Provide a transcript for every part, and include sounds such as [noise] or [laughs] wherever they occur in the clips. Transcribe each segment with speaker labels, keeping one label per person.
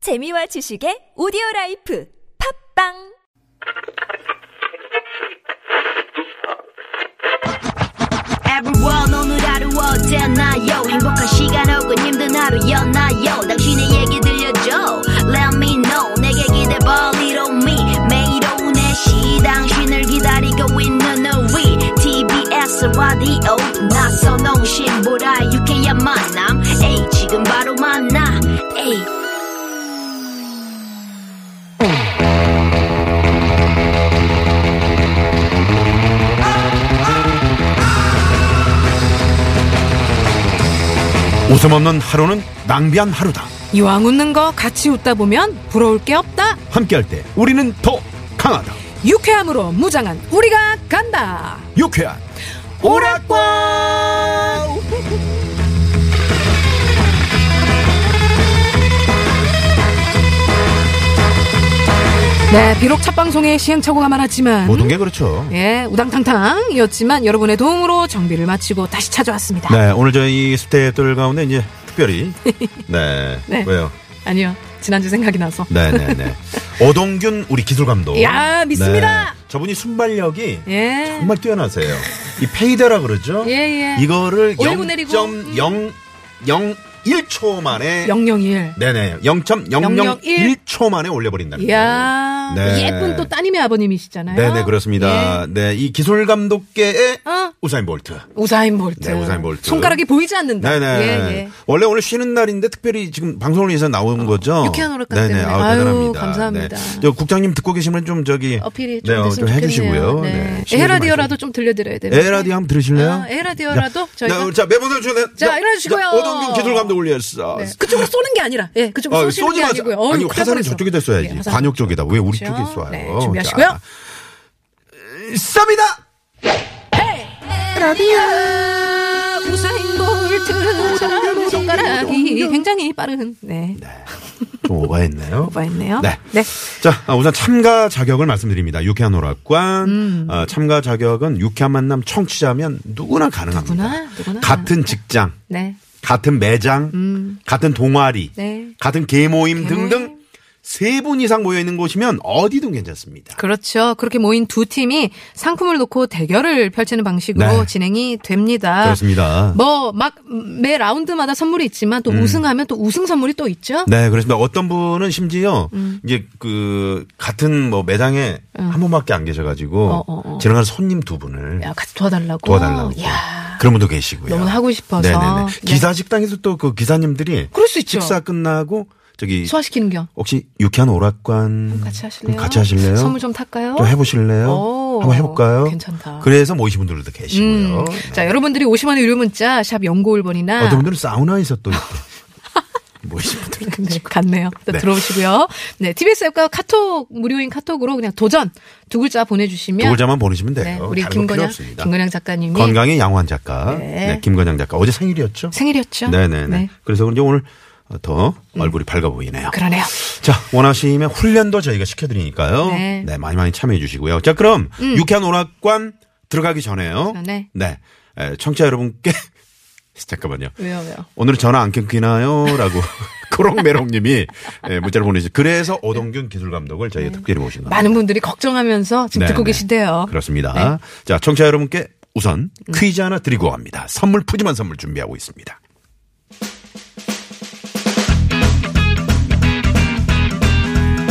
Speaker 1: 재미와 지식의 오디오 라이프 팝빵
Speaker 2: Everyone 오늘 하루 어땠나요 행복한 시간 혹은 힘든 하루였나요 당신의 얘기 들려줘 Let me know 내게 기대 벌리로 me 매일 오후 4시 당신을 기다리고 있는 우리 TBS 라디오 나선홍 신보라 유쾌한 만남 에이 지금 바로 만나 에이
Speaker 3: 웃음 없는 하루는 낭비한 하루다.
Speaker 4: 이왕 웃는 거 같이 웃다 보면 부러울 게 없다.
Speaker 3: 함께할 때 우리는 더 강하다.
Speaker 4: 유쾌함으로 무장한 우리가 간다.
Speaker 3: 유쾌한 오락과
Speaker 4: 네, 비록 첫 방송에 시행착오가 많았지만
Speaker 3: 모든 게 그렇죠.
Speaker 4: 예, 우당탕탕이었지만 여러분의 도움으로 정비를 마치고 다시 찾아왔습니다.
Speaker 3: 네, 오늘 저희 스태프들 가운데 이제
Speaker 4: [laughs]
Speaker 3: 특별히 네,
Speaker 4: 네.
Speaker 3: 왜요?
Speaker 4: 아니요. 지난주 생각이 나서.
Speaker 3: 네, 네, 네. 오동균 우리 기술 감독.
Speaker 4: 야, 믿습니다.
Speaker 3: 네, 저분이 순발력이
Speaker 4: 예.
Speaker 3: 정말 뛰어나세요. 이 페이드라 그러죠?
Speaker 4: 예, 예.
Speaker 3: 이거를
Speaker 4: 올리고 내리고.
Speaker 3: 0.001초 만에
Speaker 4: 001.
Speaker 3: 네네 0.001초 만에 올려버린다는
Speaker 4: 이야.
Speaker 3: 네.
Speaker 4: 예쁜 또 따님의 아버님이시잖아요.
Speaker 3: 네네 그렇습니다.
Speaker 4: 예.
Speaker 3: 네 이 기술 감독계의
Speaker 4: 어.
Speaker 3: 우사인 볼트.
Speaker 4: 우사인 볼트.
Speaker 3: 네, 우사인 볼트.
Speaker 4: 손가락이 보이지 않는다.
Speaker 3: 네네.
Speaker 4: 예, 예.
Speaker 3: 원래 오늘 쉬는 날인데 특별히 지금 방송을 위해서 나온 거죠.
Speaker 4: 유쾌한 오락관
Speaker 3: 네네.
Speaker 4: 때문에.
Speaker 3: 아,
Speaker 4: 아유,
Speaker 3: 대단합니다.
Speaker 4: 감사합니다.
Speaker 3: 네. 저 국장님 듣고 계시면 좀 저기 네,
Speaker 4: 어필이 좀
Speaker 3: 어,
Speaker 4: 됐으면
Speaker 3: 좀
Speaker 4: 좋겠네요.
Speaker 3: 해주시고요.
Speaker 4: 네.
Speaker 3: 쉬는
Speaker 4: 에헤라디오라도
Speaker 3: 말씀.
Speaker 4: 좀 들려드려야 되는데.
Speaker 3: 에헤라디오 한번 들으실래요?
Speaker 4: 아, 에헤라디오라도
Speaker 3: 자,
Speaker 4: 저희가
Speaker 3: 네, 자 매번 주세요.
Speaker 4: 자, 일어나주시고요.
Speaker 3: 오동경 기술 감독 올렸어.
Speaker 4: 네. 그쪽으로 쏘는 게 아니라, 예, 그쪽으로
Speaker 3: 아,
Speaker 4: 쏘시는
Speaker 3: 쏘지
Speaker 4: 게
Speaker 3: 마세요.
Speaker 4: 아니고요.
Speaker 3: 아니
Speaker 4: 어이,
Speaker 3: 화살은
Speaker 4: 그래서.
Speaker 3: 저쪽에다 쏴야지.
Speaker 4: 네, 화살.
Speaker 3: 관역 쪽에다. 왜 우리 쪽에
Speaker 4: 그렇죠.
Speaker 3: 쏴요?
Speaker 4: 네, 준비하시고요.
Speaker 3: 자, 쌉니다.
Speaker 4: 에헤라디오 우사인 볼트처럼 손가락이 굉장히 빠른. 네.
Speaker 3: 좀 오바했나요?
Speaker 4: [laughs] 오바했네요.
Speaker 3: 네.
Speaker 4: 네.
Speaker 3: 자, 아, 우선 참가 자격을 말씀드립니다. 유쾌한 오락관.
Speaker 4: 음.
Speaker 3: 어, 참가 자격은 유쾌한 만남 청취자면 누구나 가능합니다.
Speaker 4: 누구나, 누구나
Speaker 3: 같은 직장,
Speaker 4: 네.
Speaker 3: 같은 매장, 같은 동아리,
Speaker 4: 음. 네.
Speaker 3: 같은 개모임 등등 세 분 이상 모여 있는 곳이면 어디든 괜찮습니다.
Speaker 4: 그렇죠. 그렇게 모인 두 팀이 상품을 놓고 대결을 펼치는 방식으로
Speaker 3: 네.
Speaker 4: 진행이 됩니다.
Speaker 3: 그렇습니다. 음.
Speaker 4: 뭐 막 매 라운드마다 선물이 있지만 또 우승하면 또 우승 선물이 또 있죠.
Speaker 3: 네, 그렇습니다. 어떤 분은 심지어
Speaker 4: 음.
Speaker 3: 이제 그 같은 뭐 매장에 한 분밖에 안 계셔가지고
Speaker 4: 어, 어, 어.
Speaker 3: 지나가는 손님 두 분을
Speaker 4: 야, 같이 도와달라고.
Speaker 3: 도와달라고
Speaker 4: 어, 야,
Speaker 3: 그런 분도 계시고요.
Speaker 4: 너무 하고 싶어서.
Speaker 3: 네네네.
Speaker 4: 네.
Speaker 3: 기사 식당에서 또 그 기사님들이
Speaker 4: 그럴 수 있죠.
Speaker 3: 식사 끝나고 저기
Speaker 4: 소화시키는 겸
Speaker 3: 혹시 유쾌한 오락관
Speaker 4: 같이 하실래요?
Speaker 3: 같이 하실래요?
Speaker 4: 선물 좀 탈까요?
Speaker 3: 좀 해보실래요?
Speaker 4: 오,
Speaker 3: 한번 해볼까요?
Speaker 4: 괜찮다.
Speaker 3: 그래서 모이신 분들도 계시고요. 네.
Speaker 4: 음. 자, 여러분들이 50원의 유료 문자 샵 연고1번이나
Speaker 3: 어떤 분들은 사우나에서 또
Speaker 4: [laughs]
Speaker 3: 이렇게 모이신 분들.
Speaker 4: 네, 갔네요. 또
Speaker 3: 네.
Speaker 4: 들어오시고요. 네, TBS 앱과 카톡 무료인 카톡으로 그냥 도전 두 글자 보내주시면
Speaker 3: 두 글자만 보내시면 돼요.
Speaker 4: 네, 우리
Speaker 3: 다른 거 필요
Speaker 4: 김건양
Speaker 3: 없습니다.
Speaker 4: 김건양 작가님이
Speaker 3: 건강의 양호한 작가,
Speaker 4: 네.
Speaker 3: 네, 김건양 작가 어제 생일이었죠?
Speaker 4: 생일이었죠.
Speaker 3: 네네네.
Speaker 4: 네. 음. 그렇죠.
Speaker 3: 그래서 그런지 오늘 더 얼굴이 밝아 보이네요.
Speaker 4: 그러네요.
Speaker 3: 자, 원하시면 훈련도 저희가 시켜드리니까요. 네.
Speaker 4: 네.
Speaker 3: 많이 많이 참여해 주시고요. 자, 그럼 유쾌한 오락관 들어가기 전에요.
Speaker 4: 전에.
Speaker 3: 네. 에, 청취자 여러분께 [laughs] 잠깐만요.
Speaker 4: 왜요, 왜요?
Speaker 3: 오늘은 전화 안 끊기나요? 라고 [laughs] 코롱메롱님이 예, 문자를 보내주시 그래서 오동균 기술감독을 저희가 특별히 모신 겁니다.
Speaker 4: 많은 분들이 걱정하면서 지금
Speaker 3: 네,
Speaker 4: 듣고
Speaker 3: 네.
Speaker 4: 계시대요.
Speaker 3: 그렇습니다. 자, 청취자 여러분께 우선 퀴즈 하나 드리고 갑니다. 선물 푸짐한 선물 준비하고 있습니다.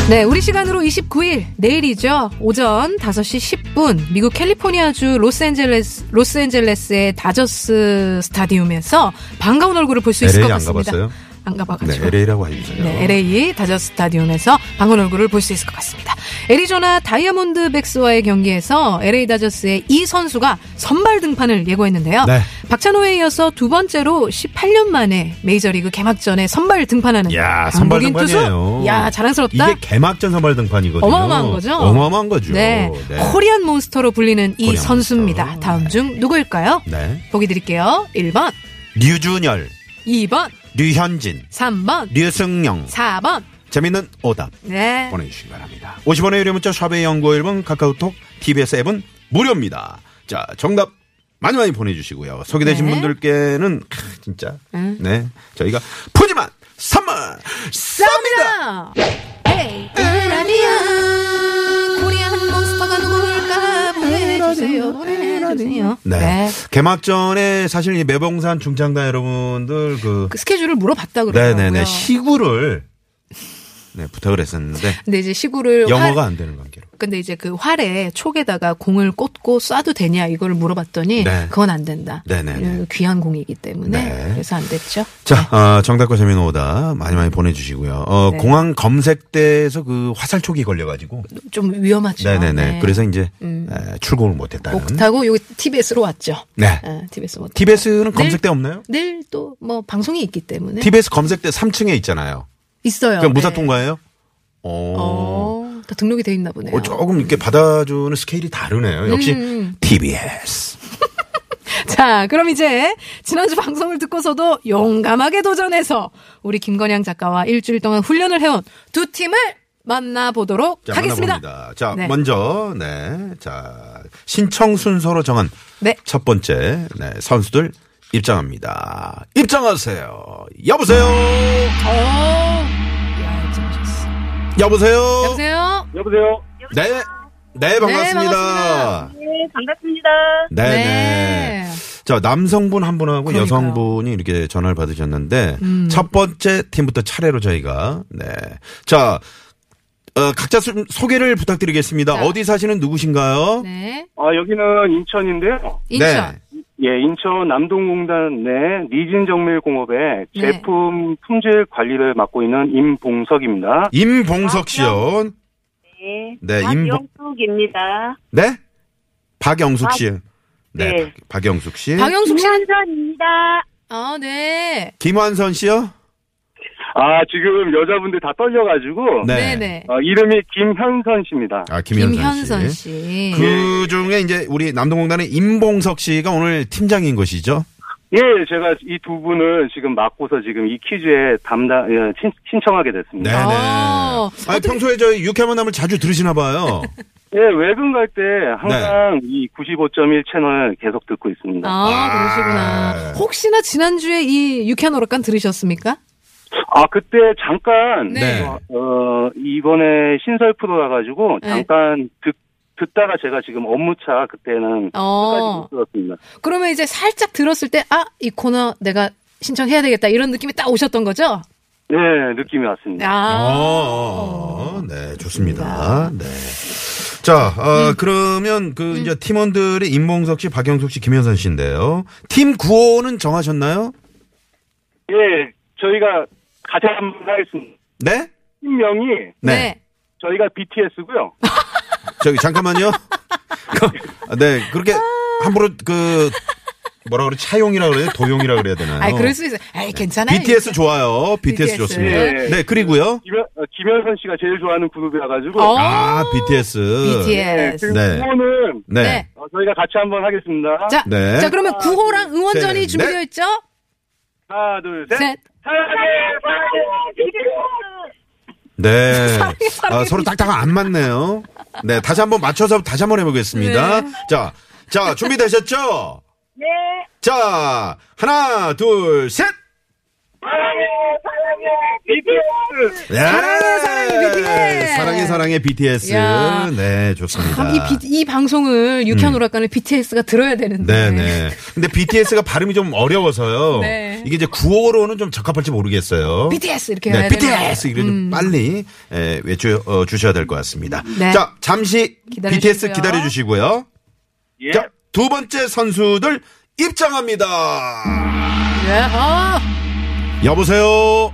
Speaker 4: 네, 우리 시간으로 29일 내일이죠. 오전 5시 10분 미국 캘리포니아주 로스앤젤레스 로스앤젤레스의 다저스 스타디움에서 반가운 얼굴을 볼 수 있을
Speaker 3: LA
Speaker 4: 것
Speaker 3: 안
Speaker 4: 같습니다.
Speaker 3: 가봤어요?
Speaker 4: 안
Speaker 3: 네,
Speaker 4: 가봐가지고.
Speaker 3: LA라고 해주세요.
Speaker 4: 네, LA 다저스 스타디움에서 방금 얼굴을 볼 수 있을 것 같습니다. 애리조나 다이아몬드 백스와의 경기에서 LA 다저스의 이 선수가 선발 등판을 예고했는데요.
Speaker 3: 네.
Speaker 4: 박찬호에 이어서 두 번째로 18년 만에 메이저리그 개막전에 선발 등판하는
Speaker 3: 야, 선발
Speaker 4: 한국인
Speaker 3: 등판이에요.
Speaker 4: 투수. 야, 자랑스럽다.
Speaker 3: 이게 개막전 선발 등판이거든요.
Speaker 4: 어마어마한 거죠.
Speaker 3: 어마어마한 거죠.
Speaker 4: 네. 코리안 몬스터로 불리는 이
Speaker 3: 코리안
Speaker 4: 선수입니다.
Speaker 3: 몬스터.
Speaker 4: 다음 중 누구일까요?
Speaker 3: 네.
Speaker 4: 보기 드릴게요. 1번,
Speaker 3: 류준열,
Speaker 4: 2번,
Speaker 3: 류현진,
Speaker 4: 3번,
Speaker 3: 류승영.
Speaker 4: 4번.
Speaker 3: 재밌는 오답
Speaker 4: 네.
Speaker 3: 보내주시기 바랍니다. 50원의 유료 문자 샵의 연구 1번 카카오톡 TBS 앱은 무료입니다. 자, 정답 많이 많이 보내주시고요. 소개되신
Speaker 4: 네.
Speaker 3: 분들께는 크, 진짜
Speaker 4: 응.
Speaker 3: 네 저희가 푸짐한 선물 쌉니다.
Speaker 4: 네, 에이, 라디오. 코리안 몬스터가 누굴까 보내주세요. 보내주세요.
Speaker 3: 네. 개막전에 사실 이 매봉산 중창단 여러분들 그
Speaker 4: 그 스케줄을 물어봤다 그러더라고요.
Speaker 3: 네네네 시구를 네 부탁을 했었는데
Speaker 4: 근데 이제 시구를
Speaker 3: 영어가
Speaker 4: 활-
Speaker 3: 안 되는 관계로
Speaker 4: 근데 이제 그 활에 촉에다가 공을 꽂고 쏴도 되냐 이걸 물어봤더니
Speaker 3: 네.
Speaker 4: 그건 안 된다.
Speaker 3: 네네네.
Speaker 4: 음, 귀한 공이기 때문에
Speaker 3: 네.
Speaker 4: 그래서 안 됐죠.
Speaker 3: 자 어, 정답과 재미는 오다 많이 많이 보내주시고요 어
Speaker 4: 네.
Speaker 3: 공항 검색대에서 그 화살촉이 걸려가지고
Speaker 4: 좀 위험하죠.
Speaker 3: 네네네
Speaker 4: 그렇죠. 네.
Speaker 3: 그래서 이제 에, 출국을 못했다는
Speaker 4: 옥 타고 여기 TBS로 왔죠.
Speaker 3: 네
Speaker 4: 아, TBS 뭐
Speaker 3: TBS는 검색대 없나요?
Speaker 4: 늘또 뭐 방송이 있기 때문에
Speaker 3: TBS 검색대 3층에 있잖아요.
Speaker 4: 있어요.
Speaker 3: 그냥 그러니까 무사
Speaker 4: 네.
Speaker 3: 통과예요? 어.
Speaker 4: 어, 다 등록이 돼 있나 보네요. 음,
Speaker 3: 어, 조금 이렇게 받아주는 스케일이 다르네요. 역시 TBS.
Speaker 4: 자, 그럼 이제 지난주 [laughs] 방송을 듣고서도 용감하게 도전해서 우리 김건양 작가와 일주일 동안 훈련을 해온 두 팀을 만나보도록
Speaker 3: 자,
Speaker 4: 하겠습니다.
Speaker 3: 만나봅니다. 자,
Speaker 4: 네.
Speaker 3: 먼저, 네. 자, 신청 순서로 정한
Speaker 4: 네.
Speaker 3: 첫 번째, 네, 선수들 입장합니다. 입장하세요. 여보세요?
Speaker 4: 오, 어. 야, 이제 오셨어.
Speaker 3: 여보세요?
Speaker 4: 여보세요.
Speaker 5: 여보세요.
Speaker 3: 네. 네, 반갑습니다.
Speaker 4: 반갑습니다.
Speaker 5: 네, 반갑습니다.
Speaker 3: 네, 네. 자, 남성분 한 분하고
Speaker 4: 그러니까요.
Speaker 3: 여성분이 이렇게 전화를 받으셨는데 첫 번째 팀부터 차례로 저희가 네. 자, 어, 각자 소- 소개를 부탁드리겠습니다.
Speaker 4: 자.
Speaker 3: 어디 사시는 누구신가요?
Speaker 4: 네.
Speaker 5: 아, 여기는 인천인데요.
Speaker 4: 인천.
Speaker 5: 예, 인천 남동공단 내 리진정밀공업의
Speaker 4: 네.
Speaker 5: 제품 품질 관리를 맡고 있는 임봉석입니다.
Speaker 3: 네, 임봉석
Speaker 5: 아,
Speaker 3: 씨요.
Speaker 6: 네.
Speaker 3: 네, 임봉
Speaker 6: 박영숙입니다.
Speaker 3: 네? 박영숙 씨. 네.
Speaker 6: 네.
Speaker 3: 박- 박영숙 씨.
Speaker 4: 박영숙 씨.
Speaker 6: 김현전입니다.
Speaker 4: 아, 네.
Speaker 3: 김환선 씨요?
Speaker 5: 아, 지금 여자분들 다 떨려가지고.
Speaker 4: 네, 네.
Speaker 5: 어, 이름이 김현선 씨입니다.
Speaker 3: 아, 김현선,
Speaker 4: 김현선
Speaker 3: 씨.
Speaker 4: 씨.
Speaker 3: 그 중에 이제 우리 남동공단의 임봉석 씨가 오늘 팀장인 것이죠.
Speaker 5: 예, 제가 이 두 분을 지금 맡고서 지금 이 퀴즈에 담당, 예, 신, 신청하게
Speaker 3: 네네.
Speaker 5: 됐습니다.
Speaker 4: 아,
Speaker 3: 아니, 평소에 저희 유쾌한 만남을 자주 들으시나 봐요.
Speaker 4: 네.
Speaker 5: 예, 외근 갈 때 항상 이 95.1 채널 계속 듣고 있습니다.
Speaker 4: 아, 그러시구나. 혹시나 지난주에 이 유쾌한 오락관 들으셨습니까?
Speaker 5: 아 그때 잠깐
Speaker 3: 네.
Speaker 5: 어 이번에 신설 프로라 가지고
Speaker 4: 네.
Speaker 5: 잠깐 듣 듣다가 제가 지금 업무차 그때는 끝까지
Speaker 4: 어.
Speaker 5: 못 들었습니다.
Speaker 4: 그러면 이제 살짝 들었을 때, 아, 이 코너 내가 신청해야 되겠다. 이런 느낌이 딱 오셨던 거죠?
Speaker 5: 네 느낌이 왔습니다.
Speaker 4: 아.
Speaker 3: 어, 네, 좋습니다. 네. 자, 어, 그러면 그 이제 팀원들이 임봉석 씨, 박영숙 씨, 김현선 씨인데요. 팀 구호는 정하셨나요?
Speaker 4: 네.
Speaker 5: 예 저희가 가장 한번 하겠습니다.
Speaker 3: 네?
Speaker 5: 팀명이
Speaker 4: 네.
Speaker 5: 저희가 BTS고요.
Speaker 3: 저기 잠깐만요. 아, 네, 그렇게 함부로 그 뭐라 그래 차용이라 그래요? 도용이라 그래야 되나요?
Speaker 4: 아이, 그럴 수 있어요. 아이,
Speaker 3: 네.
Speaker 4: 괜찮아요.
Speaker 3: BTS 좋아요. BTS,
Speaker 4: BTS.
Speaker 3: 좋습니다.
Speaker 5: 예.
Speaker 3: 네, 그리고요.
Speaker 5: 김현 어, 김현선 씨가 제일 좋아하는 그룹이라 가지고
Speaker 4: 어.
Speaker 3: 아, BTS.
Speaker 4: BTS.
Speaker 5: 그
Speaker 3: 네.
Speaker 5: 구호는
Speaker 3: 네.
Speaker 4: 네.
Speaker 5: 어, 저희가 같이 한번 하겠습니다.
Speaker 4: 자,
Speaker 3: 네.
Speaker 4: 자, 그러면 구호랑 응원전이
Speaker 3: 셋,
Speaker 4: 준비되어
Speaker 3: 넷.
Speaker 4: 있죠?
Speaker 5: 하나 둘 셋.
Speaker 4: 셋.
Speaker 5: 사랑해,
Speaker 4: [laughs]
Speaker 5: 사랑해.
Speaker 3: 네. 아, 서로 딱딱 안 맞네요. 네. 다시 한번 맞춰서 다시 한번 해보겠습니다.
Speaker 4: 네.
Speaker 3: 자, 자, 준비되셨죠?
Speaker 6: 네.
Speaker 3: 자, 하나, 둘, 셋!
Speaker 5: BTS.
Speaker 3: 네.
Speaker 4: 사랑해, 사랑해, BTS.
Speaker 3: 사랑해, 사랑해, BTS.
Speaker 4: 야.
Speaker 3: 네, 좋습니다.
Speaker 4: 참, 이, 비- 이 방송을 유쾌한 오락관을 BTS가 들어야
Speaker 3: 네,
Speaker 4: 되는데.
Speaker 3: 네. 근데 BTS가 발음이 좀 어려워서요.
Speaker 4: 네.
Speaker 3: 이게 이제 구호로는 좀 적합할지 모르겠어요.
Speaker 4: BTS 이렇게
Speaker 3: 네,
Speaker 4: 해야 음,
Speaker 3: BTS 이게 좀 빨리 에, 외쳐 어, 주셔야 될 것 같습니다.
Speaker 4: 네.
Speaker 3: 자, 잠시
Speaker 4: 기다려주시고요.
Speaker 3: BTS 기다려 주시고요.
Speaker 5: 예.
Speaker 3: 자, 두 번째 선수들 입장합니다.
Speaker 4: 아,
Speaker 3: 여보세요.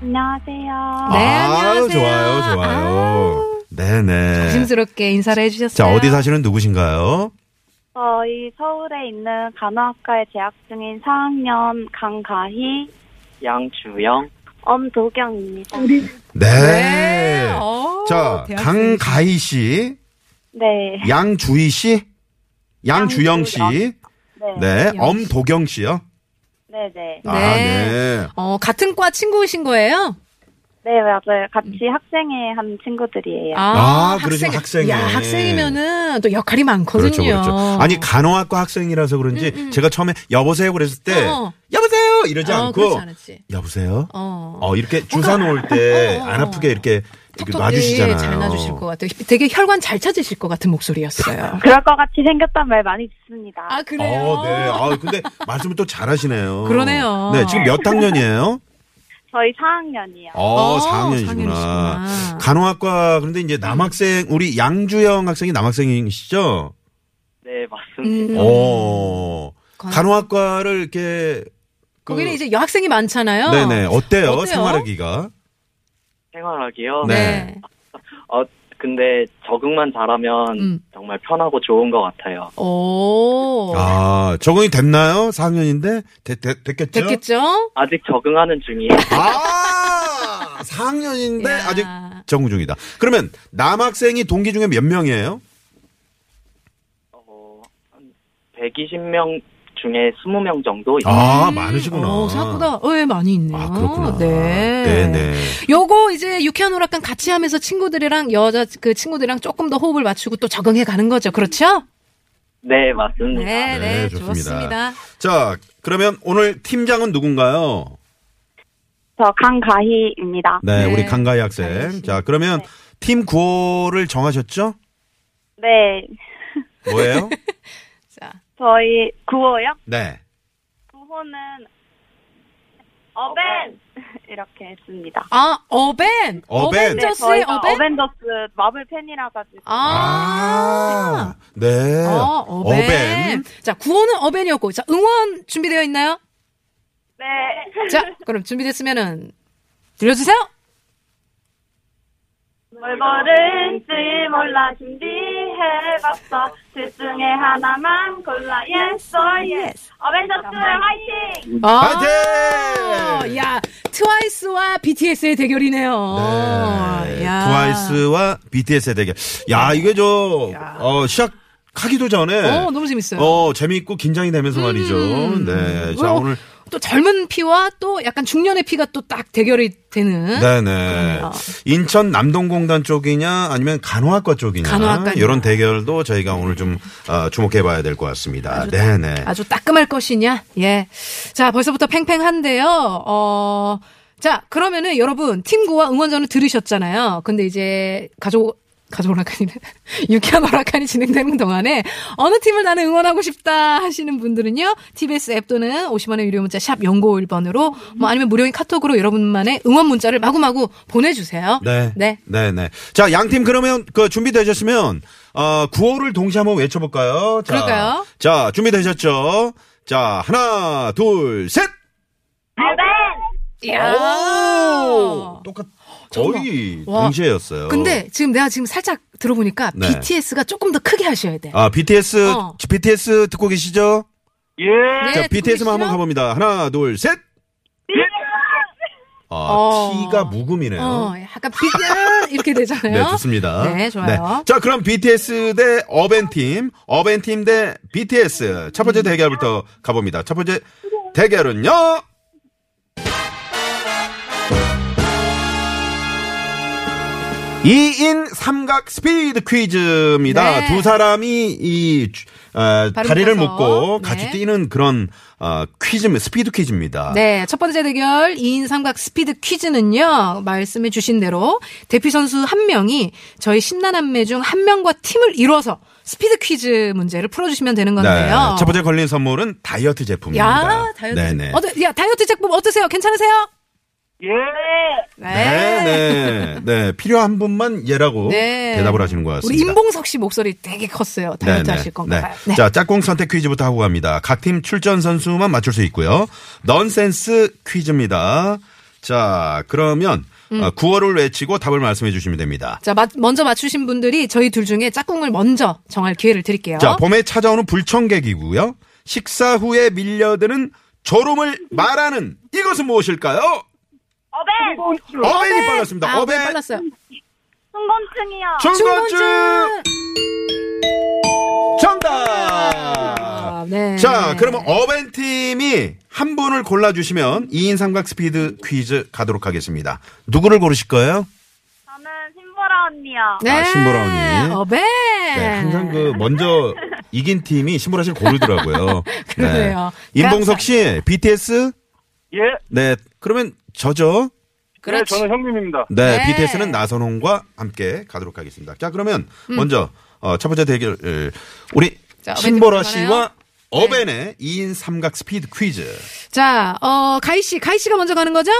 Speaker 6: 안녕하세요.
Speaker 4: 네,
Speaker 3: 아유,
Speaker 4: 안녕하세요.
Speaker 3: 좋아요, 좋아요. 네네.
Speaker 4: 조심스럽게 인사를 해주셨어요.
Speaker 3: 자, 어디 사시는 누구신가요?
Speaker 6: 저희 서울에 있는 간호학과에 재학 중인 4학년 강가희,
Speaker 7: 양주영.
Speaker 6: 엄도경입니다.
Speaker 3: 네.
Speaker 4: 네. 어,
Speaker 3: 자,
Speaker 4: 대학생이시네.
Speaker 3: 강가희 씨,
Speaker 6: 네.
Speaker 4: 예.
Speaker 3: 양주희 씨, 양주영 씨,
Speaker 4: 어,
Speaker 6: 네. 네.
Speaker 3: 네, 엄도경 씨요.
Speaker 6: 네. 네.
Speaker 3: 아,
Speaker 4: 네.
Speaker 3: 네.
Speaker 4: 어, 같은 과 친구이신 거예요?
Speaker 6: 네, 맞아요. 같이 학생회 한 친구들이에요.
Speaker 3: 아, 그러시면 그렇죠, 학생이.
Speaker 4: 야, 학생이면은 또 역할이 많거든요. 음,
Speaker 3: 그렇죠, 그렇죠. 아니 간호학과 학생이라서 그런지 제가 처음에 여보세요 그랬을 때
Speaker 4: 어.
Speaker 3: 여보세요 이러지
Speaker 4: 어,
Speaker 3: 않고
Speaker 4: 그렇지 않았지.
Speaker 3: 여보세요.
Speaker 4: 어.
Speaker 3: 어 이렇게 주사 놓을 때
Speaker 4: 어, 어.
Speaker 3: 안 아프게 이렇게 이렇게
Speaker 4: 톡톡 예, 네,
Speaker 3: 놔주시잖아요.
Speaker 4: 잘 놔주실 것 같아요. 되게 혈관 잘 찾으실 것
Speaker 3: [laughs]
Speaker 4: 같은 목소리였어요.
Speaker 6: 그럴 것 같이 생겼단 말 많이 듣습니다.
Speaker 4: 아 그래요?
Speaker 3: 어, 네. 아, 근데 말씀을 또 잘하시네요.
Speaker 4: 그러네요.
Speaker 3: 네, 지금 몇 학년이에요?
Speaker 6: 저희 4학년이요.
Speaker 3: 어,
Speaker 4: 어,
Speaker 3: 4학년이시구나.
Speaker 4: 4학년이시구나.
Speaker 3: 간호학과 그런데 이제 남학생 우리 양주영 학생이 남학생이시죠?
Speaker 5: 네, 맞습니다.
Speaker 4: 음,
Speaker 3: 어.
Speaker 4: 간-
Speaker 3: 간호학과를 이렇게 그-
Speaker 4: 거기는 이제 여학생이 많잖아요.
Speaker 3: 네네 어때요,
Speaker 4: 어때요?
Speaker 3: 생활하기가?
Speaker 7: 생활하기요.
Speaker 3: 네.
Speaker 7: 어, 근데 적응만 잘하면
Speaker 4: 음.
Speaker 7: 정말 편하고 좋은 것 같아요.
Speaker 4: 오.
Speaker 3: 아 적응이 됐나요? 4학년인데 됐, 됐, 됐겠죠?
Speaker 4: 됐겠죠? 음.
Speaker 7: 아직 적응하는 중이에요.
Speaker 3: 아 [laughs] 4학년인데
Speaker 4: 야.
Speaker 3: 아직 적응 중이다. 그러면 남학생이 동기 중에 몇 명이에요?
Speaker 7: 어, 한 120명 중에 20명 정도.
Speaker 3: 아 많으시구나.
Speaker 4: 네. 어, 생각보다 왜 많이 있네요.
Speaker 3: 아 그렇구나.
Speaker 4: 네.
Speaker 3: 네네.
Speaker 4: 요거 이제 유쾌한 오락관 같이 하면서 친구들이랑 여자 그 친구들이랑 조금 더 호흡을 맞추고 또 적응해 가는 거죠. 그렇죠?
Speaker 7: 네, 맞습니다.
Speaker 3: 네,
Speaker 4: 네, 네,
Speaker 3: 좋습니다.
Speaker 4: 좋습니다.
Speaker 3: 자, 그러면 오늘 팀장은 누군가요?
Speaker 6: 저 강가희입니다.
Speaker 3: 네,
Speaker 4: 네.
Speaker 3: 우리 강가희 학생.
Speaker 4: 강가희 씨.
Speaker 3: 자, 그러면
Speaker 6: 네.
Speaker 3: 팀 구호를 정하셨죠?
Speaker 6: 네.
Speaker 4: [laughs]
Speaker 3: 뭐예요?
Speaker 4: 자.
Speaker 6: 저희 구호요?
Speaker 3: 네.
Speaker 6: 구호는 어벤! [laughs] 이렇게 했습니다.
Speaker 4: 아, 어벤.
Speaker 3: 어벤.
Speaker 6: 네,
Speaker 4: 어벤져스의
Speaker 6: 저희가
Speaker 4: 어벤.
Speaker 6: 어벤져스 마블 팬이라 가지고
Speaker 4: 아.
Speaker 3: 네.
Speaker 4: 어, 어벤. 자, 구호는 어벤이었고. 자, 응원 준비되어 있나요?
Speaker 6: 네.
Speaker 4: [laughs] 자, 그럼 준비됐으면은 들려주세요.
Speaker 6: 뭘 고를지 몰라 준비해봤어 둘 중에 하나만 골라 yes or yes 어벤져스 화이팅!
Speaker 4: 아.
Speaker 3: 화이팅!
Speaker 4: 어. 야, 트와이스와 BTS의
Speaker 3: 네.
Speaker 4: 대결이네요. 어, 야.
Speaker 3: 트와이스와 BTS의 대결. 야, 이게 저, 어, 시작하기도 전에.
Speaker 4: 어, 너무 재밌어요.
Speaker 3: 어, 재미있고 긴장이 되면서 말이죠. 네. 자,
Speaker 4: 어,
Speaker 3: 오늘.
Speaker 4: 또 젊은 피와 또 약간 중년의 피가 또 딱 대결이 되는.
Speaker 3: 네네.
Speaker 4: 그럼요.
Speaker 3: 인천 남동공단 쪽이냐 아니면 간호학과 쪽이냐
Speaker 4: 간호학과냐.
Speaker 3: 이런 대결도 저희가 오늘 좀 어, 주목해봐야 될 것 같습니다. 네네.
Speaker 4: 아주 따끔할 것이냐? 예. 자, 벌써부터 팽팽한데요. 어, 자, 그러면은 여러분, 팀구와 응원전을 들으셨잖아요. 근데 이제 가족, 가족 오락관이네. [laughs] 유쾌한 오락관이 진행되는 동안에 어느 팀을 나는 응원하고 싶다 하시는 분들은요. TBS 앱 또는 50원의 유료 문자 샵 0951번으로 뭐 아니면 무료인 카톡으로 여러분만의 응원 문자를 마구마구 보내주세요.
Speaker 3: 네.
Speaker 4: 네.
Speaker 3: 네네. 자, 양팀 그러면 그 준비되셨으면 어, 구호를 동시에 한번 외쳐볼까요? 자,
Speaker 4: 그럴까요?
Speaker 3: 자, 준비되셨죠? 자, 하나, 둘, 셋!
Speaker 4: 네. 이야.
Speaker 3: 똑같, 거의
Speaker 4: 아. 와.
Speaker 3: 동시에였어요.
Speaker 4: 근데 지금 내가 지금 살짝 들어보니까
Speaker 3: 네.
Speaker 4: BTS가 조금 더 크게 하셔야 돼.
Speaker 3: 아, BTS,
Speaker 4: 어.
Speaker 3: BTS 듣고 계시죠?
Speaker 5: 예.
Speaker 4: 네,
Speaker 3: 자,
Speaker 4: 듣고
Speaker 3: BTS만 한번
Speaker 4: 계시죠? 예!
Speaker 3: 가봅니다. 하나, 둘, 셋! 아,
Speaker 4: 어.
Speaker 3: T가 묵음이네요.
Speaker 4: 어, 약간 비트 이렇게 되잖아요.
Speaker 3: 네, 좋습니다.
Speaker 4: 네, 좋아요.
Speaker 3: 자, 그럼 BTS 대 어벤팀, 어벤팀 대 BTS. 첫 번째 대결부터 가봅니다. 첫 번째 대결은요. 이인 삼각 스피드 퀴즈입니다.
Speaker 4: 네.
Speaker 3: 두 사람이 이 주- 어,
Speaker 4: 발음
Speaker 3: 다리를
Speaker 4: 펴서.
Speaker 3: 묶고 같이
Speaker 4: 네.
Speaker 3: 뛰는 그런 어, 퀴즈, 스피드 퀴즈입니다.
Speaker 4: 네, 첫 번째 대결 2인 삼각 스피드 퀴즈는요. 말씀해 주신 대로 대피 선수 한 명이 저희 신난남매 중 한 명과 팀을 이뤄서 스피드 퀴즈 문제를 풀어 주시면 되는 건데요.
Speaker 3: 네, 첫 번째 걸린 선물은 다이어트 제품입니다.
Speaker 4: 야, 다이어트.
Speaker 3: 네네.
Speaker 4: 어때- 야, 다이어트 제품 어떠세요? 괜찮으세요? 예.
Speaker 3: 네, 네, 네. 필요한 분만 예라고
Speaker 4: 네.
Speaker 3: 대답을 하시는 것
Speaker 4: 우리
Speaker 3: 같습니다.
Speaker 4: 임봉석 씨 목소리 되게 컸어요.
Speaker 3: 네,
Speaker 4: 다이어트
Speaker 3: 네,
Speaker 4: 하실 건가
Speaker 3: 네.
Speaker 4: 봐요. 네.
Speaker 3: 자, 짝꿍 선택 퀴즈부터 하고 갑니다. 각 팀 출전 선수만 맞출 수 있고요. 넌센스 퀴즈입니다. 자, 그러면
Speaker 4: 음.
Speaker 3: 어, 구호를 외치고 답을 말씀해 주시면 됩니다.
Speaker 4: 자, 맞- 먼저 맞추신 분들이 저희 둘 중에 짝꿍을 먼저 정할 기회를 드릴게요.
Speaker 3: 자, 봄에 찾아오는 불청객이고요. 식사 후에 밀려드는 졸음을 말하는 이것은 무엇일까요? 어벤! 어벤이 빨랐습니다.
Speaker 4: 아,
Speaker 3: 어벤!
Speaker 4: 빨랐어요.
Speaker 6: 순곤증이요
Speaker 3: 중간쯤!
Speaker 4: 중간쯤!
Speaker 3: 정답!
Speaker 4: 네.
Speaker 3: 아. 자, 그러면 어벤팀이 한 분을 골라주시면 2인 삼각 스피드 퀴즈 가도록 하겠습니다. 누구를 고르실 거예요?
Speaker 6: 저는 신보라 언니요
Speaker 4: 네.
Speaker 3: 아, 신보라 언니.
Speaker 4: 어벤.
Speaker 3: 네, 항상 그 먼저 [laughs] 이긴 팀이 신보라 씨를 고르더라고요.
Speaker 4: 그러네요.
Speaker 3: 임봉석 씨, BTS?
Speaker 5: 예, 예,
Speaker 3: 네. 그러면 저죠.
Speaker 4: 그렇지.
Speaker 5: 저는 형님입니다.
Speaker 3: 네,
Speaker 4: 네.
Speaker 3: BTS는 나선홍과 함께 가도록 하겠습니다. 자, 그러면 먼저 어, 첫 번째 대결 에, 우리
Speaker 4: 음. 자, 네.
Speaker 3: 신보라
Speaker 4: 어벤이
Speaker 3: 씨와 어벤의 2인 삼각 스피드 퀴즈.
Speaker 4: 자, 어, 가희 씨, 가희 씨가 먼저 가는 거죠?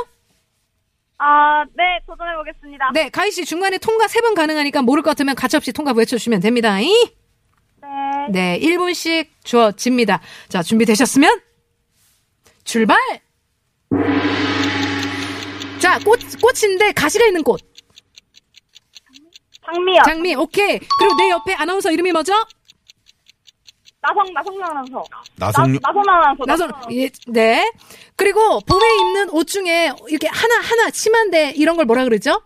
Speaker 6: 아, 네, 도전해 보겠습니다.
Speaker 4: 네, 가희 씨 중간에 통과 세 번 가능하니까 모를 것 같으면 가차없이 통과 외쳐주시면 됩니다. 이? 네,
Speaker 6: 네.
Speaker 4: 1분씩 주어집니다. 자, 준비되셨으면 출발! 자, 꽃, 꽃인데 가시가 있는 꽃.
Speaker 6: 장미요.
Speaker 4: 장미, 오케이. 그리고 내 옆에 아나운서 이름이 뭐죠?
Speaker 6: 나성, 나성 아나운서.
Speaker 3: 나성요-
Speaker 6: 나, 나성 아나운서.
Speaker 4: 나선,
Speaker 6: 나성.
Speaker 4: 예, 네. 그리고 봄에 입는 옷 중에 이렇게 하나, 하나, 치마인데 이런 걸 뭐라 그러죠?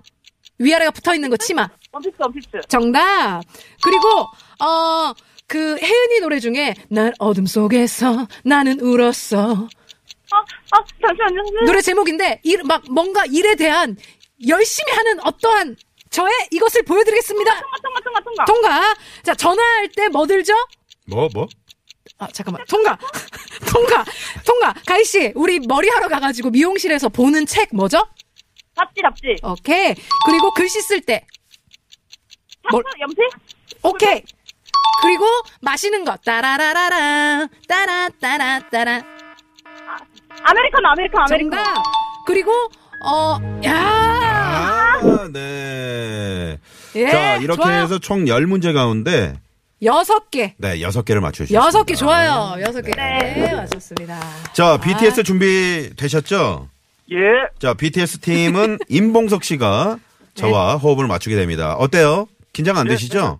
Speaker 4: 위아래가 붙어 있는 거, 치마.
Speaker 6: 원피스, 원피스.
Speaker 4: 정답. 그리고 어. 그 혜은이 노래 중에 난 어둠 속에서 나는 울었어
Speaker 6: 아, 아, 잠시만요.
Speaker 4: 노래 제목인데 일, 막 뭔가 일에 대한 열심히 하는 어떠한 저의 이것을 보여드리겠습니다
Speaker 6: 통과, 통과, 통과.
Speaker 4: 통과 자 전화할 때 뭐 들죠
Speaker 3: 뭐 뭐?
Speaker 4: 아 잠깐만 통과 [laughs] 통과 통과 가희 씨 우리 머리 하러 가가지고 미용실에서 보는 책 뭐죠
Speaker 6: 잡지, 잡지.
Speaker 4: 오케이 그리고 글씨 쓸 때 뭘-
Speaker 6: 샤프, 염색?
Speaker 4: 오케이. 그리고 마시는 거. 따라라라라. 따라따라따라.
Speaker 6: 아메리카노, 아메리카노, 아메리카노.
Speaker 4: 정답. 그리고 어, 야.
Speaker 3: 아, 네.
Speaker 4: 예,
Speaker 3: 자, 이렇게
Speaker 4: 좋아요.
Speaker 3: 해서 총 10문제 가운데
Speaker 4: 여섯 개.
Speaker 3: 네, 6개를 맞추셨습니다
Speaker 4: 여섯 개 아. 좋아요. 여섯 개. 네, 맞췄습니다.
Speaker 3: 자, BTS 준비 되셨죠?
Speaker 5: 예,
Speaker 3: 자, BTS
Speaker 4: [laughs]
Speaker 3: 팀은 임봉석 씨가
Speaker 4: 네.
Speaker 3: 저와 호흡을 맞추게 됩니다. 어때요? 긴장 안 되시죠?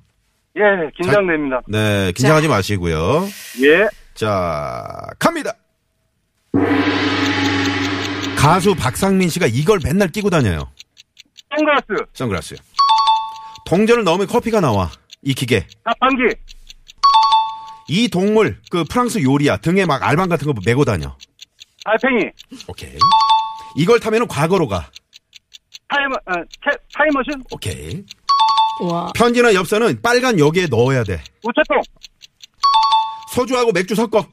Speaker 5: 예, 긴장됩니다.
Speaker 3: 네, 긴장하지 마시고요.
Speaker 5: 예,
Speaker 3: 자, 갑니다. 가수 박상민 씨가 이걸 맨날 끼고 다녀요.
Speaker 5: 선글라스,
Speaker 3: 선글라스요. 동전을 넣으면 커피가 나와. 이 기계.
Speaker 5: 자판기,
Speaker 3: 이 동물, 그 프랑스 요리야 등에 막 알방 같은 거 메고 다녀.
Speaker 5: 달팽이,
Speaker 3: 오케이. 이걸 타면 은 과거로 가.
Speaker 5: 타이머, 어, 태, 타이머신,
Speaker 3: 오케이.
Speaker 4: 와.
Speaker 3: 편지나 엽서는 빨간 여기에 넣어야 돼.
Speaker 5: 우체통,
Speaker 3: 소주하고 맥주 섞어.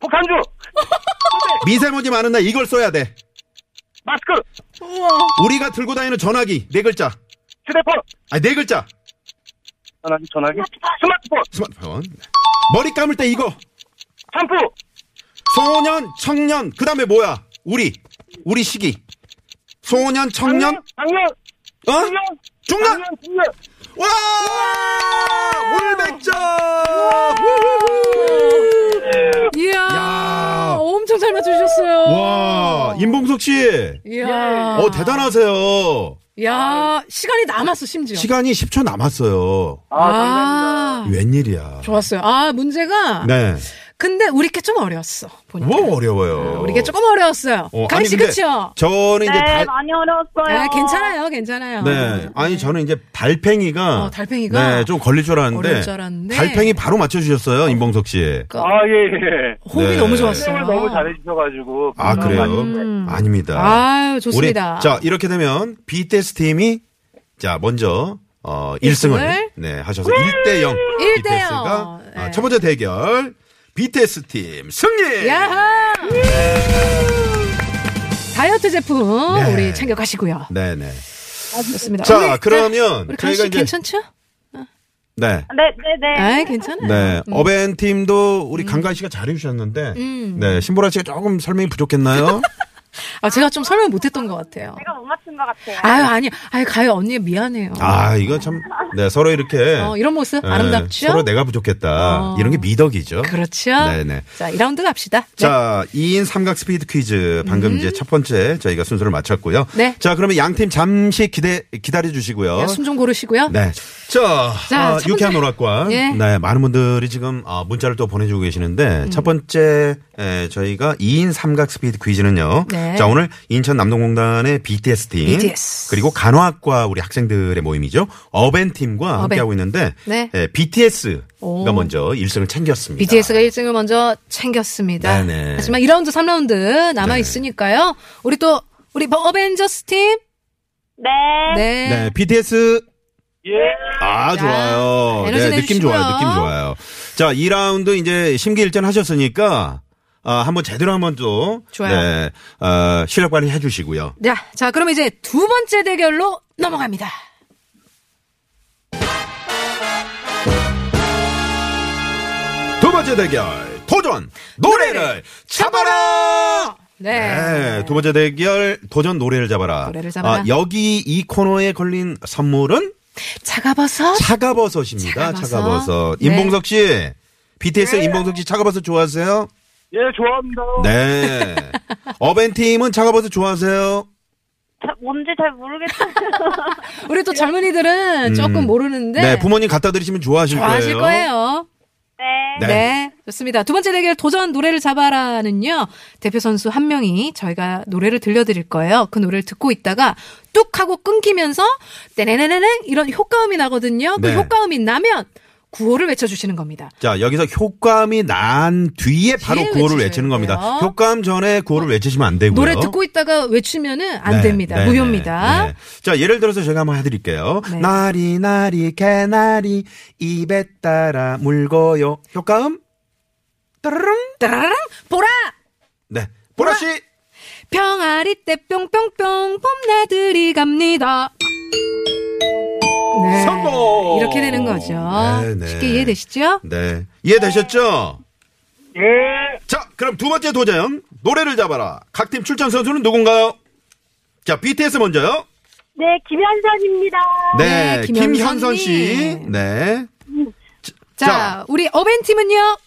Speaker 5: 폭탄주,
Speaker 3: 미세먼지 많은 날 이걸 써야 돼.
Speaker 5: 마스크,
Speaker 3: 우리가 들고 다니는 전화기 네 글자.
Speaker 5: 휴대폰,
Speaker 3: 아니 네 글자.
Speaker 5: 전화기, 전화기, 스마트폰,
Speaker 3: 스마트폰. 머리 감을 때 이거.
Speaker 5: 샴푸,
Speaker 3: 소년, 청년. 그다음에 뭐야? 우리. 우리 시기. 소년, 청년.
Speaker 5: 작년,
Speaker 3: 어?
Speaker 5: 작년,
Speaker 3: 중년.
Speaker 5: 작년, 중년,
Speaker 3: 와! 물백점. 우후후!
Speaker 4: 이야.
Speaker 3: 야.
Speaker 4: 엄청 잘 맞추셨어요.
Speaker 3: 와, 임봉석 씨.
Speaker 4: 이야.
Speaker 3: 어, 대단하세요.
Speaker 4: 야, 시간이 남았어, 심지어.
Speaker 3: 시간이 10초 남았어요.
Speaker 4: 아,
Speaker 3: 웬일이야.
Speaker 4: 좋았어요. 아, 문제가
Speaker 3: 네.
Speaker 4: 근데 우리 게 좀 어려웠어. 보니까.
Speaker 3: 뭐 어려워요.
Speaker 4: 우리 게 조금 어려웠어요.
Speaker 3: 어,
Speaker 4: 가희
Speaker 3: 아니,
Speaker 4: 씨
Speaker 3: 근데
Speaker 4: 그쵸?
Speaker 3: 저는 이제
Speaker 6: 네,
Speaker 3: 달,
Speaker 6: 많이 어려웠어요.
Speaker 4: 아, 괜찮아요, 괜찮아요.
Speaker 3: 네. 아니 저는 이제 달팽이가
Speaker 4: 어, 달팽이가?
Speaker 3: 네, 좀 걸릴 줄 알았는데,
Speaker 4: 어려울 줄 알았는데.
Speaker 3: 달팽이 바로 맞춰 주셨어요, 임봉석 씨.
Speaker 5: 아, 예, 예.
Speaker 4: 호흡이
Speaker 3: 네.
Speaker 4: 너무 좋았어요.
Speaker 5: 수행을 너무 잘해주셔가지고.
Speaker 3: 아, 그래요?
Speaker 4: 음.
Speaker 3: 아닙니다.
Speaker 4: 아유, 좋습니다.
Speaker 3: 우리 자, 이렇게 되면 BTS 팀이 자, 먼저 어, 1승을,
Speaker 4: 일승을?
Speaker 3: 네, 하셔서 1대 0.
Speaker 4: 일 대 영.
Speaker 3: BTS가 아,
Speaker 4: 네.
Speaker 3: 첫 번째 대결 BTS 팀 승리.
Speaker 4: 야하!
Speaker 3: 네.
Speaker 4: 다이어트 제품
Speaker 3: 네.
Speaker 4: 우리 챙겨가시고요.
Speaker 3: 네, 네.
Speaker 4: 좋습니다.
Speaker 3: 자,
Speaker 4: 우리, 네.
Speaker 3: 그러면
Speaker 4: 우리 가희 씨
Speaker 3: 저희가 이제-
Speaker 4: 괜찮죠?
Speaker 3: 네.
Speaker 6: 네, 네, 네.
Speaker 4: 아, 괜찮아요.
Speaker 3: 네. 어벤 팀도 우리 강간 씨가 잘해주셨는데,
Speaker 4: 음.
Speaker 3: 네. 신보라 씨가 조금 설명이
Speaker 4: [laughs]
Speaker 3: 부족했나요?
Speaker 4: 아, 제가 좀 설명 못했던 것 같아요.
Speaker 6: 제가 못 맞춘 것 같아요.
Speaker 4: 아유, 아니, 아유, 가희 언니 미안해요.
Speaker 3: 아, 이거 참, 네. 서로 이렇게.
Speaker 4: 어, 이런 모습
Speaker 3: 네,
Speaker 4: 아름답죠?
Speaker 3: 서로 내가 부족했다.
Speaker 4: 어.
Speaker 3: 이런 게 미덕이죠.
Speaker 4: 그렇죠.
Speaker 3: 네네.
Speaker 4: 자, 2라운드 갑시다. 네.
Speaker 3: 자, 2인 삼각 스피드 퀴즈. 방금 이제 첫 번째 저희가 순서를 마쳤고요.
Speaker 4: 음. 네.
Speaker 3: 자, 그러면 양 팀 잠시 기대, 기다려 주시고요.
Speaker 4: 숨 좀 고르시고요.
Speaker 3: 네. 자,
Speaker 4: 자,
Speaker 3: 어,
Speaker 4: 첫
Speaker 3: 유쾌한
Speaker 4: 번째.
Speaker 3: 오락관.
Speaker 4: 예.
Speaker 3: 네, 많은 분들이 지금 어, 문자를 또 보내주고
Speaker 4: 음.
Speaker 3: 계시는데 첫 번째 에, 저희가 2인 삼각 스피드 퀴즈는요.
Speaker 4: 네.
Speaker 3: 자, 오늘 인천 남동공단의 BTS 팀
Speaker 4: BTS.
Speaker 3: 그리고 간호학과 우리 학생들의 모임이죠. 어벤 팀과
Speaker 4: 어벤.
Speaker 3: 함께하고 있는데
Speaker 4: 네.
Speaker 3: 에, BTS가
Speaker 4: 오.
Speaker 3: 먼저 1승을 챙겼습니다.
Speaker 4: BTS가 1승을 먼저 챙겼습니다.
Speaker 3: 네네. 네.
Speaker 4: 하지만 2라운드, 3라운드 남아 있으니까요. 우리 또 우리 뭐 어벤져스 팀.
Speaker 6: 네.
Speaker 4: 네.
Speaker 3: 네, BTS
Speaker 5: 예.
Speaker 3: 아,
Speaker 4: 자,
Speaker 3: 좋아요.
Speaker 4: 에너지
Speaker 3: 네, 느낌
Speaker 4: 내주시고요.
Speaker 3: 좋아요. 느낌 좋아요. 자, 2라운드 이제 심기일전 하셨으니까 어, 한번 제대로 한번 또
Speaker 4: 좋아요.
Speaker 3: 네, 어, 실력 발휘 해주시고요.
Speaker 4: 자, 네. 자, 그럼 이제 두 번째 대결로 넘어갑니다.
Speaker 3: 두 번째 대결 도전 노래를 잡아라.
Speaker 4: 네.
Speaker 3: 네, 두 번째 대결 도전 노래를 잡아라.
Speaker 4: 노래를 잡아라.
Speaker 3: 아, 여기 이 코너에 걸린 선물은
Speaker 4: 차가버섯.
Speaker 3: 차가버섯입니다.
Speaker 4: 어? 차가버섯.
Speaker 3: 차가버섯.
Speaker 4: 네.
Speaker 3: 임봉석 씨, BTS 의 임봉석 씨 차가버섯 좋아하세요?
Speaker 5: 예, 좋아합니다.
Speaker 3: 네. 어벤팀은 차가버섯 좋아하세요?
Speaker 6: 자, 뭔지 잘 모르겠어요.
Speaker 4: 우리 또 젊은이들은 조금 모르는데.
Speaker 3: 음.
Speaker 4: 뭐
Speaker 3: 네, 부모님 갖다 드리시면 좋아하실
Speaker 4: 좋아하실
Speaker 3: 거예요.
Speaker 4: 거예요.
Speaker 6: 네.
Speaker 3: 네.
Speaker 4: 네. 좋습니다. 두 번째 대결 도전 노래를 잡아라는요. 대표 선수 한 명이 저희가 노래를 들려드릴 거예요. 그 노래를 듣고 있다가 뚝 하고 끊기면서 떼네네네 이런 효과음이 나거든요. 그
Speaker 3: 네.
Speaker 4: 효과음이 나면 구호를 외쳐주시는 겁니다.
Speaker 3: 자, 여기서 효과음이 난 뒤에 바로
Speaker 4: 뒤에
Speaker 3: 구호를
Speaker 4: 외치시는
Speaker 3: 외치는 겁니다.
Speaker 4: 거예요.
Speaker 3: 효과음 전에 구호를 외치시면 안 되고요.
Speaker 4: 노래 듣고 있다가 외치면은 안
Speaker 3: 네,
Speaker 4: 됩니다.
Speaker 3: 네,
Speaker 4: 무효입니다.
Speaker 3: 네, 네. 자, 예를 들어서 제가 한번 해드릴게요.
Speaker 4: 네.
Speaker 3: 나리, 나리, 개나리, 입에 따라 물고요. 효과음? 따르릉?
Speaker 4: 따라랑 보라
Speaker 3: 네. 보라씨!
Speaker 4: 병아리 때 뿅뿅뿅 봄나들이 갑니다. 네.
Speaker 3: 성공!
Speaker 4: 이렇게 되는 거죠.
Speaker 3: 네, 네.
Speaker 4: 쉽게 이해되시죠?
Speaker 3: 네. 이해되셨죠?
Speaker 5: 예.
Speaker 3: 자, 그럼 두 번째 도전. 노래를 잡아라. 각 팀 출전 선수는 누군가요? 자, BTS 먼저요.
Speaker 6: [laughs] 네, 김현선입니다.
Speaker 3: 네,
Speaker 4: 네, 김현선
Speaker 3: 김현선 씨.
Speaker 4: 님.
Speaker 3: 네.
Speaker 4: 자,
Speaker 3: 자.
Speaker 4: 우리 어벤 팀은요?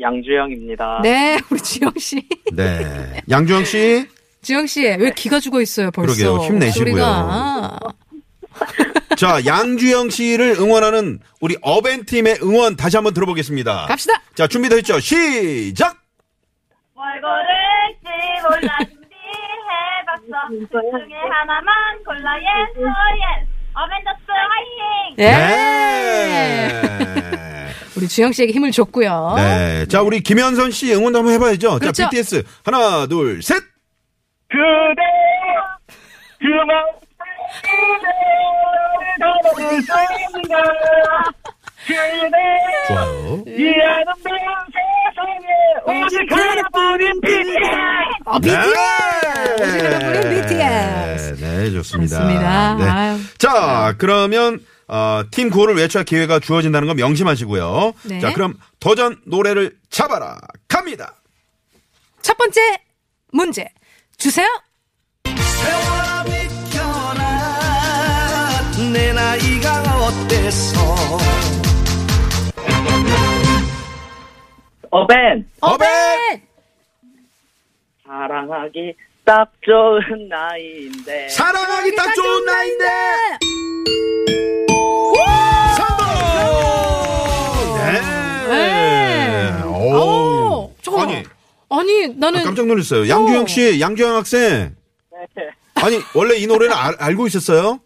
Speaker 7: 양주영입니다.
Speaker 4: 네, 우리 지영 씨. [laughs]
Speaker 3: 네. 양주영 씨.
Speaker 4: 지영 씨, 왜 기가 죽어 있어요, 벌써?
Speaker 3: 그러게요. 힘내시고요.
Speaker 4: 소리가.
Speaker 3: 자, 양주영 씨를 응원하는 우리 어벤팀의 응원 다시 한번 들어보겠습니다.
Speaker 4: 갑시다.
Speaker 3: 자, 준비되셨죠? 시작!
Speaker 6: 뭘 고를지 몰라 준비해봤어. 그 중에 하나만 골라 yes or yes. 어벤져스 화이팅!
Speaker 4: 예.
Speaker 3: 네.
Speaker 4: 네. 우리 주영 씨에게 힘을 줬고요.
Speaker 3: 네. 자, 우리 김현선 씨 응원도 한번 해봐야죠.
Speaker 4: 어? 그렇죠.
Speaker 3: 자, BTS. 하나, 둘, 셋!
Speaker 5: 그대, 그만, 그대를 사랑합니다. 그대,
Speaker 3: 좋아요.
Speaker 5: 이 아름다운 세상에 오직 하나뿐인 빛이야.
Speaker 4: 어, BTS! 오시는 분은 BTS.
Speaker 3: 네, 좋습니다.
Speaker 4: 좋습니다.
Speaker 3: 네.
Speaker 4: 아유.
Speaker 3: 자, 그러면 어, 팀 구호를 외쳐야 기회가 주어진다는 건 명심하시고요.
Speaker 4: 네.
Speaker 3: 자, 그럼 도전 노래를 잡아라. 갑니다.
Speaker 4: 첫 번째 문제 주세요.
Speaker 8: 내 나이가 어때서
Speaker 7: 어벤
Speaker 3: 어벤!
Speaker 7: 사랑하기 딱 좋은 나이인데
Speaker 3: 사랑하기 딱 좋은 나인데. 성공! 네.
Speaker 4: 네.
Speaker 3: 오.
Speaker 4: 오, 잠깐만.
Speaker 3: 아니,
Speaker 4: 아니, 나는.
Speaker 3: 아, 깜짝 놀랐어요. 양주영 씨, 양주영 학생. 아니, 원래 이 노래를 알, 알고 있었어요?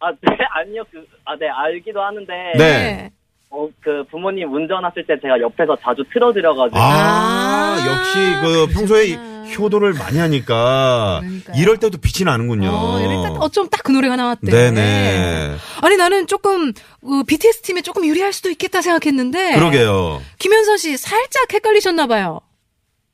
Speaker 7: 아, 네, [laughs] 아니요. 그, 아, 네, 알기도 하는데
Speaker 3: 네.
Speaker 4: 네.
Speaker 7: 어, 그 부모님 운전하실 때 제가 옆에서 자주 틀어드려가지고
Speaker 3: 아,
Speaker 4: 아,
Speaker 3: 역시 그 평소에 효도를 많이 하니까
Speaker 4: 그러니까요.
Speaker 3: 이럴 때도 빛이 나는군요.
Speaker 4: 어, 일단 어쩜 딱 그 노래가 나왔대.
Speaker 3: 네네.
Speaker 4: 아니 나는 조금 그 BTS 팀에 조금 유리할 수도 있겠다 생각했는데.
Speaker 3: 그러게요.
Speaker 4: 김현선 씨 살짝 헷갈리셨나 봐요.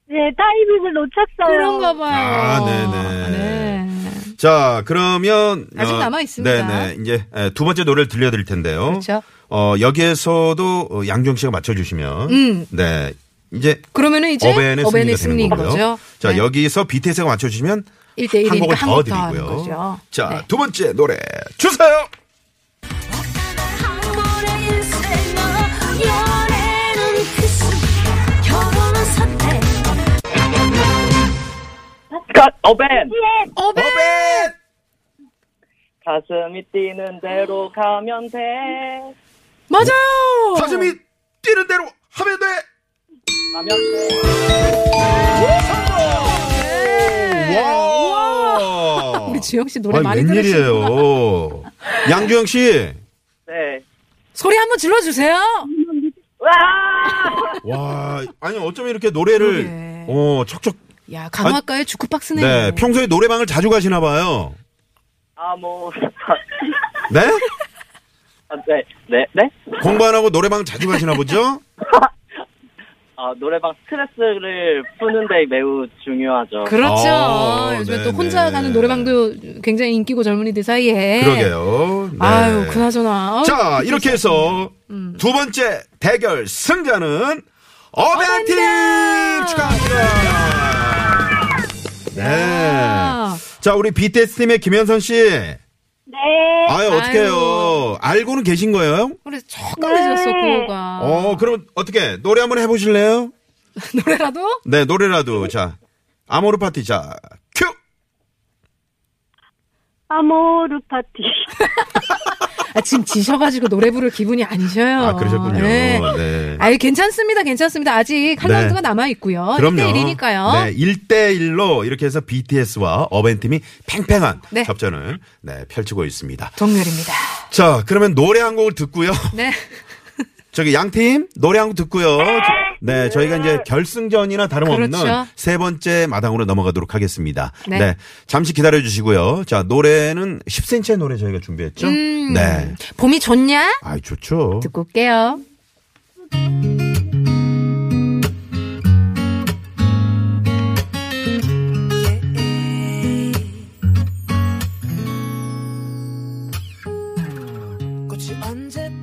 Speaker 6: 네, 타이밍을 놓쳤어요.
Speaker 4: 그런가 봐요.
Speaker 3: 아, 네네.
Speaker 4: 네.
Speaker 3: 자, 그러면 어,
Speaker 4: 아직 남아 있습니다.
Speaker 3: 네네. 이제 에, 두 번째 노래를 들려드릴 텐데요.
Speaker 4: 그렇죠.
Speaker 3: 어, 여기에서도 어, 양정 씨가 맞춰주시면
Speaker 4: 음.
Speaker 3: 네 이제
Speaker 4: 그러면은 이제
Speaker 3: 어벤의 승리가
Speaker 4: 승리인
Speaker 3: 되는 거고요.
Speaker 4: 거죠.
Speaker 3: 자
Speaker 4: 네.
Speaker 3: 여기서 BTS가 맞춰주시면
Speaker 4: 일
Speaker 3: 한 곡을
Speaker 4: 대일이니까 한
Speaker 3: 더
Speaker 4: 곡더 하는 거죠.
Speaker 3: 드리고요. 자
Speaker 4: 네.
Speaker 3: 두 번째 노래 주세요.
Speaker 2: 그
Speaker 7: 컷! 어벤
Speaker 4: 어벤.
Speaker 3: 어벤
Speaker 7: 가슴이 뛰는 대로 가면 돼
Speaker 4: 맞아요.
Speaker 3: 가슴이 뛰는 대로 하면 돼.
Speaker 7: 가면 돼
Speaker 3: 와.
Speaker 4: 네. 우리 지영 씨 노래
Speaker 3: 아니,
Speaker 4: 많이 들으시고
Speaker 3: 웬일이에요. 양주영 씨.
Speaker 7: 네.
Speaker 4: 소리 한번 질러 주세요.
Speaker 3: 와 아니 어쩜 이렇게 노래를
Speaker 4: 그러게.
Speaker 3: 어 척척
Speaker 4: 야, 강화과의 주크박스네.
Speaker 3: 네 평소에 노래방을 자주 가시나 봐요.
Speaker 7: 아, 뭐. [laughs]
Speaker 3: 네?
Speaker 7: 아, 네, 네, 네?
Speaker 3: 공부 안 하고 노래방 자주 가시나 보죠?
Speaker 7: 아, 노래방 스트레스를 푸는데 매우 중요하죠.
Speaker 4: 그렇죠.
Speaker 3: 어,
Speaker 4: 요즘에
Speaker 3: 네,
Speaker 4: 또 혼자
Speaker 3: 네.
Speaker 4: 가는 노래방도 굉장히 인기고 젊은이들 사이에.
Speaker 3: 그러게요. 네.
Speaker 4: 아유, 그나저나. 아우,
Speaker 3: 자, 어, 이렇게 해서 두 번째 대결 승자는 어벤팀 축하합니다. 네.
Speaker 4: 아,
Speaker 3: 자, 우리 BTS팀의 김현선 씨.
Speaker 6: 네.
Speaker 3: 아유, 어떡해요.
Speaker 4: 아유.
Speaker 3: 알고는 계신 거예요?
Speaker 4: 우리 조금 늦었어,
Speaker 6: 네.
Speaker 4: 구호가.
Speaker 3: 어, 그럼 어떻게 노래 한번 해보실래요?
Speaker 4: [laughs] 노래라도?
Speaker 3: 네, 노래라도. 자, 아모르 파티. 자, 큐!
Speaker 6: 아모르 파티.
Speaker 4: 아, 지금 지셔가지고 노래 부를 기분이 아니셔요.
Speaker 3: 아, 그러셨군요.
Speaker 4: 네.
Speaker 3: 네.
Speaker 4: 아유, 괜찮습니다. 괜찮습니다. 아직 한
Speaker 3: 네.
Speaker 4: 라운드가 남아있고요. 1대1이니까요.
Speaker 3: 네, 1대1로 이렇게 해서 BTS와 어벤팀이 팽팽한
Speaker 4: 네.
Speaker 3: 접전을 네, 펼치고 있습니다.
Speaker 4: 동률입니다.
Speaker 3: 자, 그러면 노래 한 곡을 듣고요.
Speaker 4: 네.
Speaker 3: [laughs] 저기 양팀 노래 한 곡 듣고요. 네, 저희가 이제 결승전이나 다름없는
Speaker 4: 그렇죠.
Speaker 3: 세 번째 마당으로 넘어가도록 하겠습니다. 네.
Speaker 4: 네.
Speaker 3: 잠시 기다려 주시고요. 자, 노래는 10cm의 노래 저희가 준비했죠?
Speaker 4: 음,
Speaker 3: 네.
Speaker 4: 봄이 좋냐?
Speaker 3: 아, 좋죠.
Speaker 4: 듣고 올게요.
Speaker 8: 꽃이 언제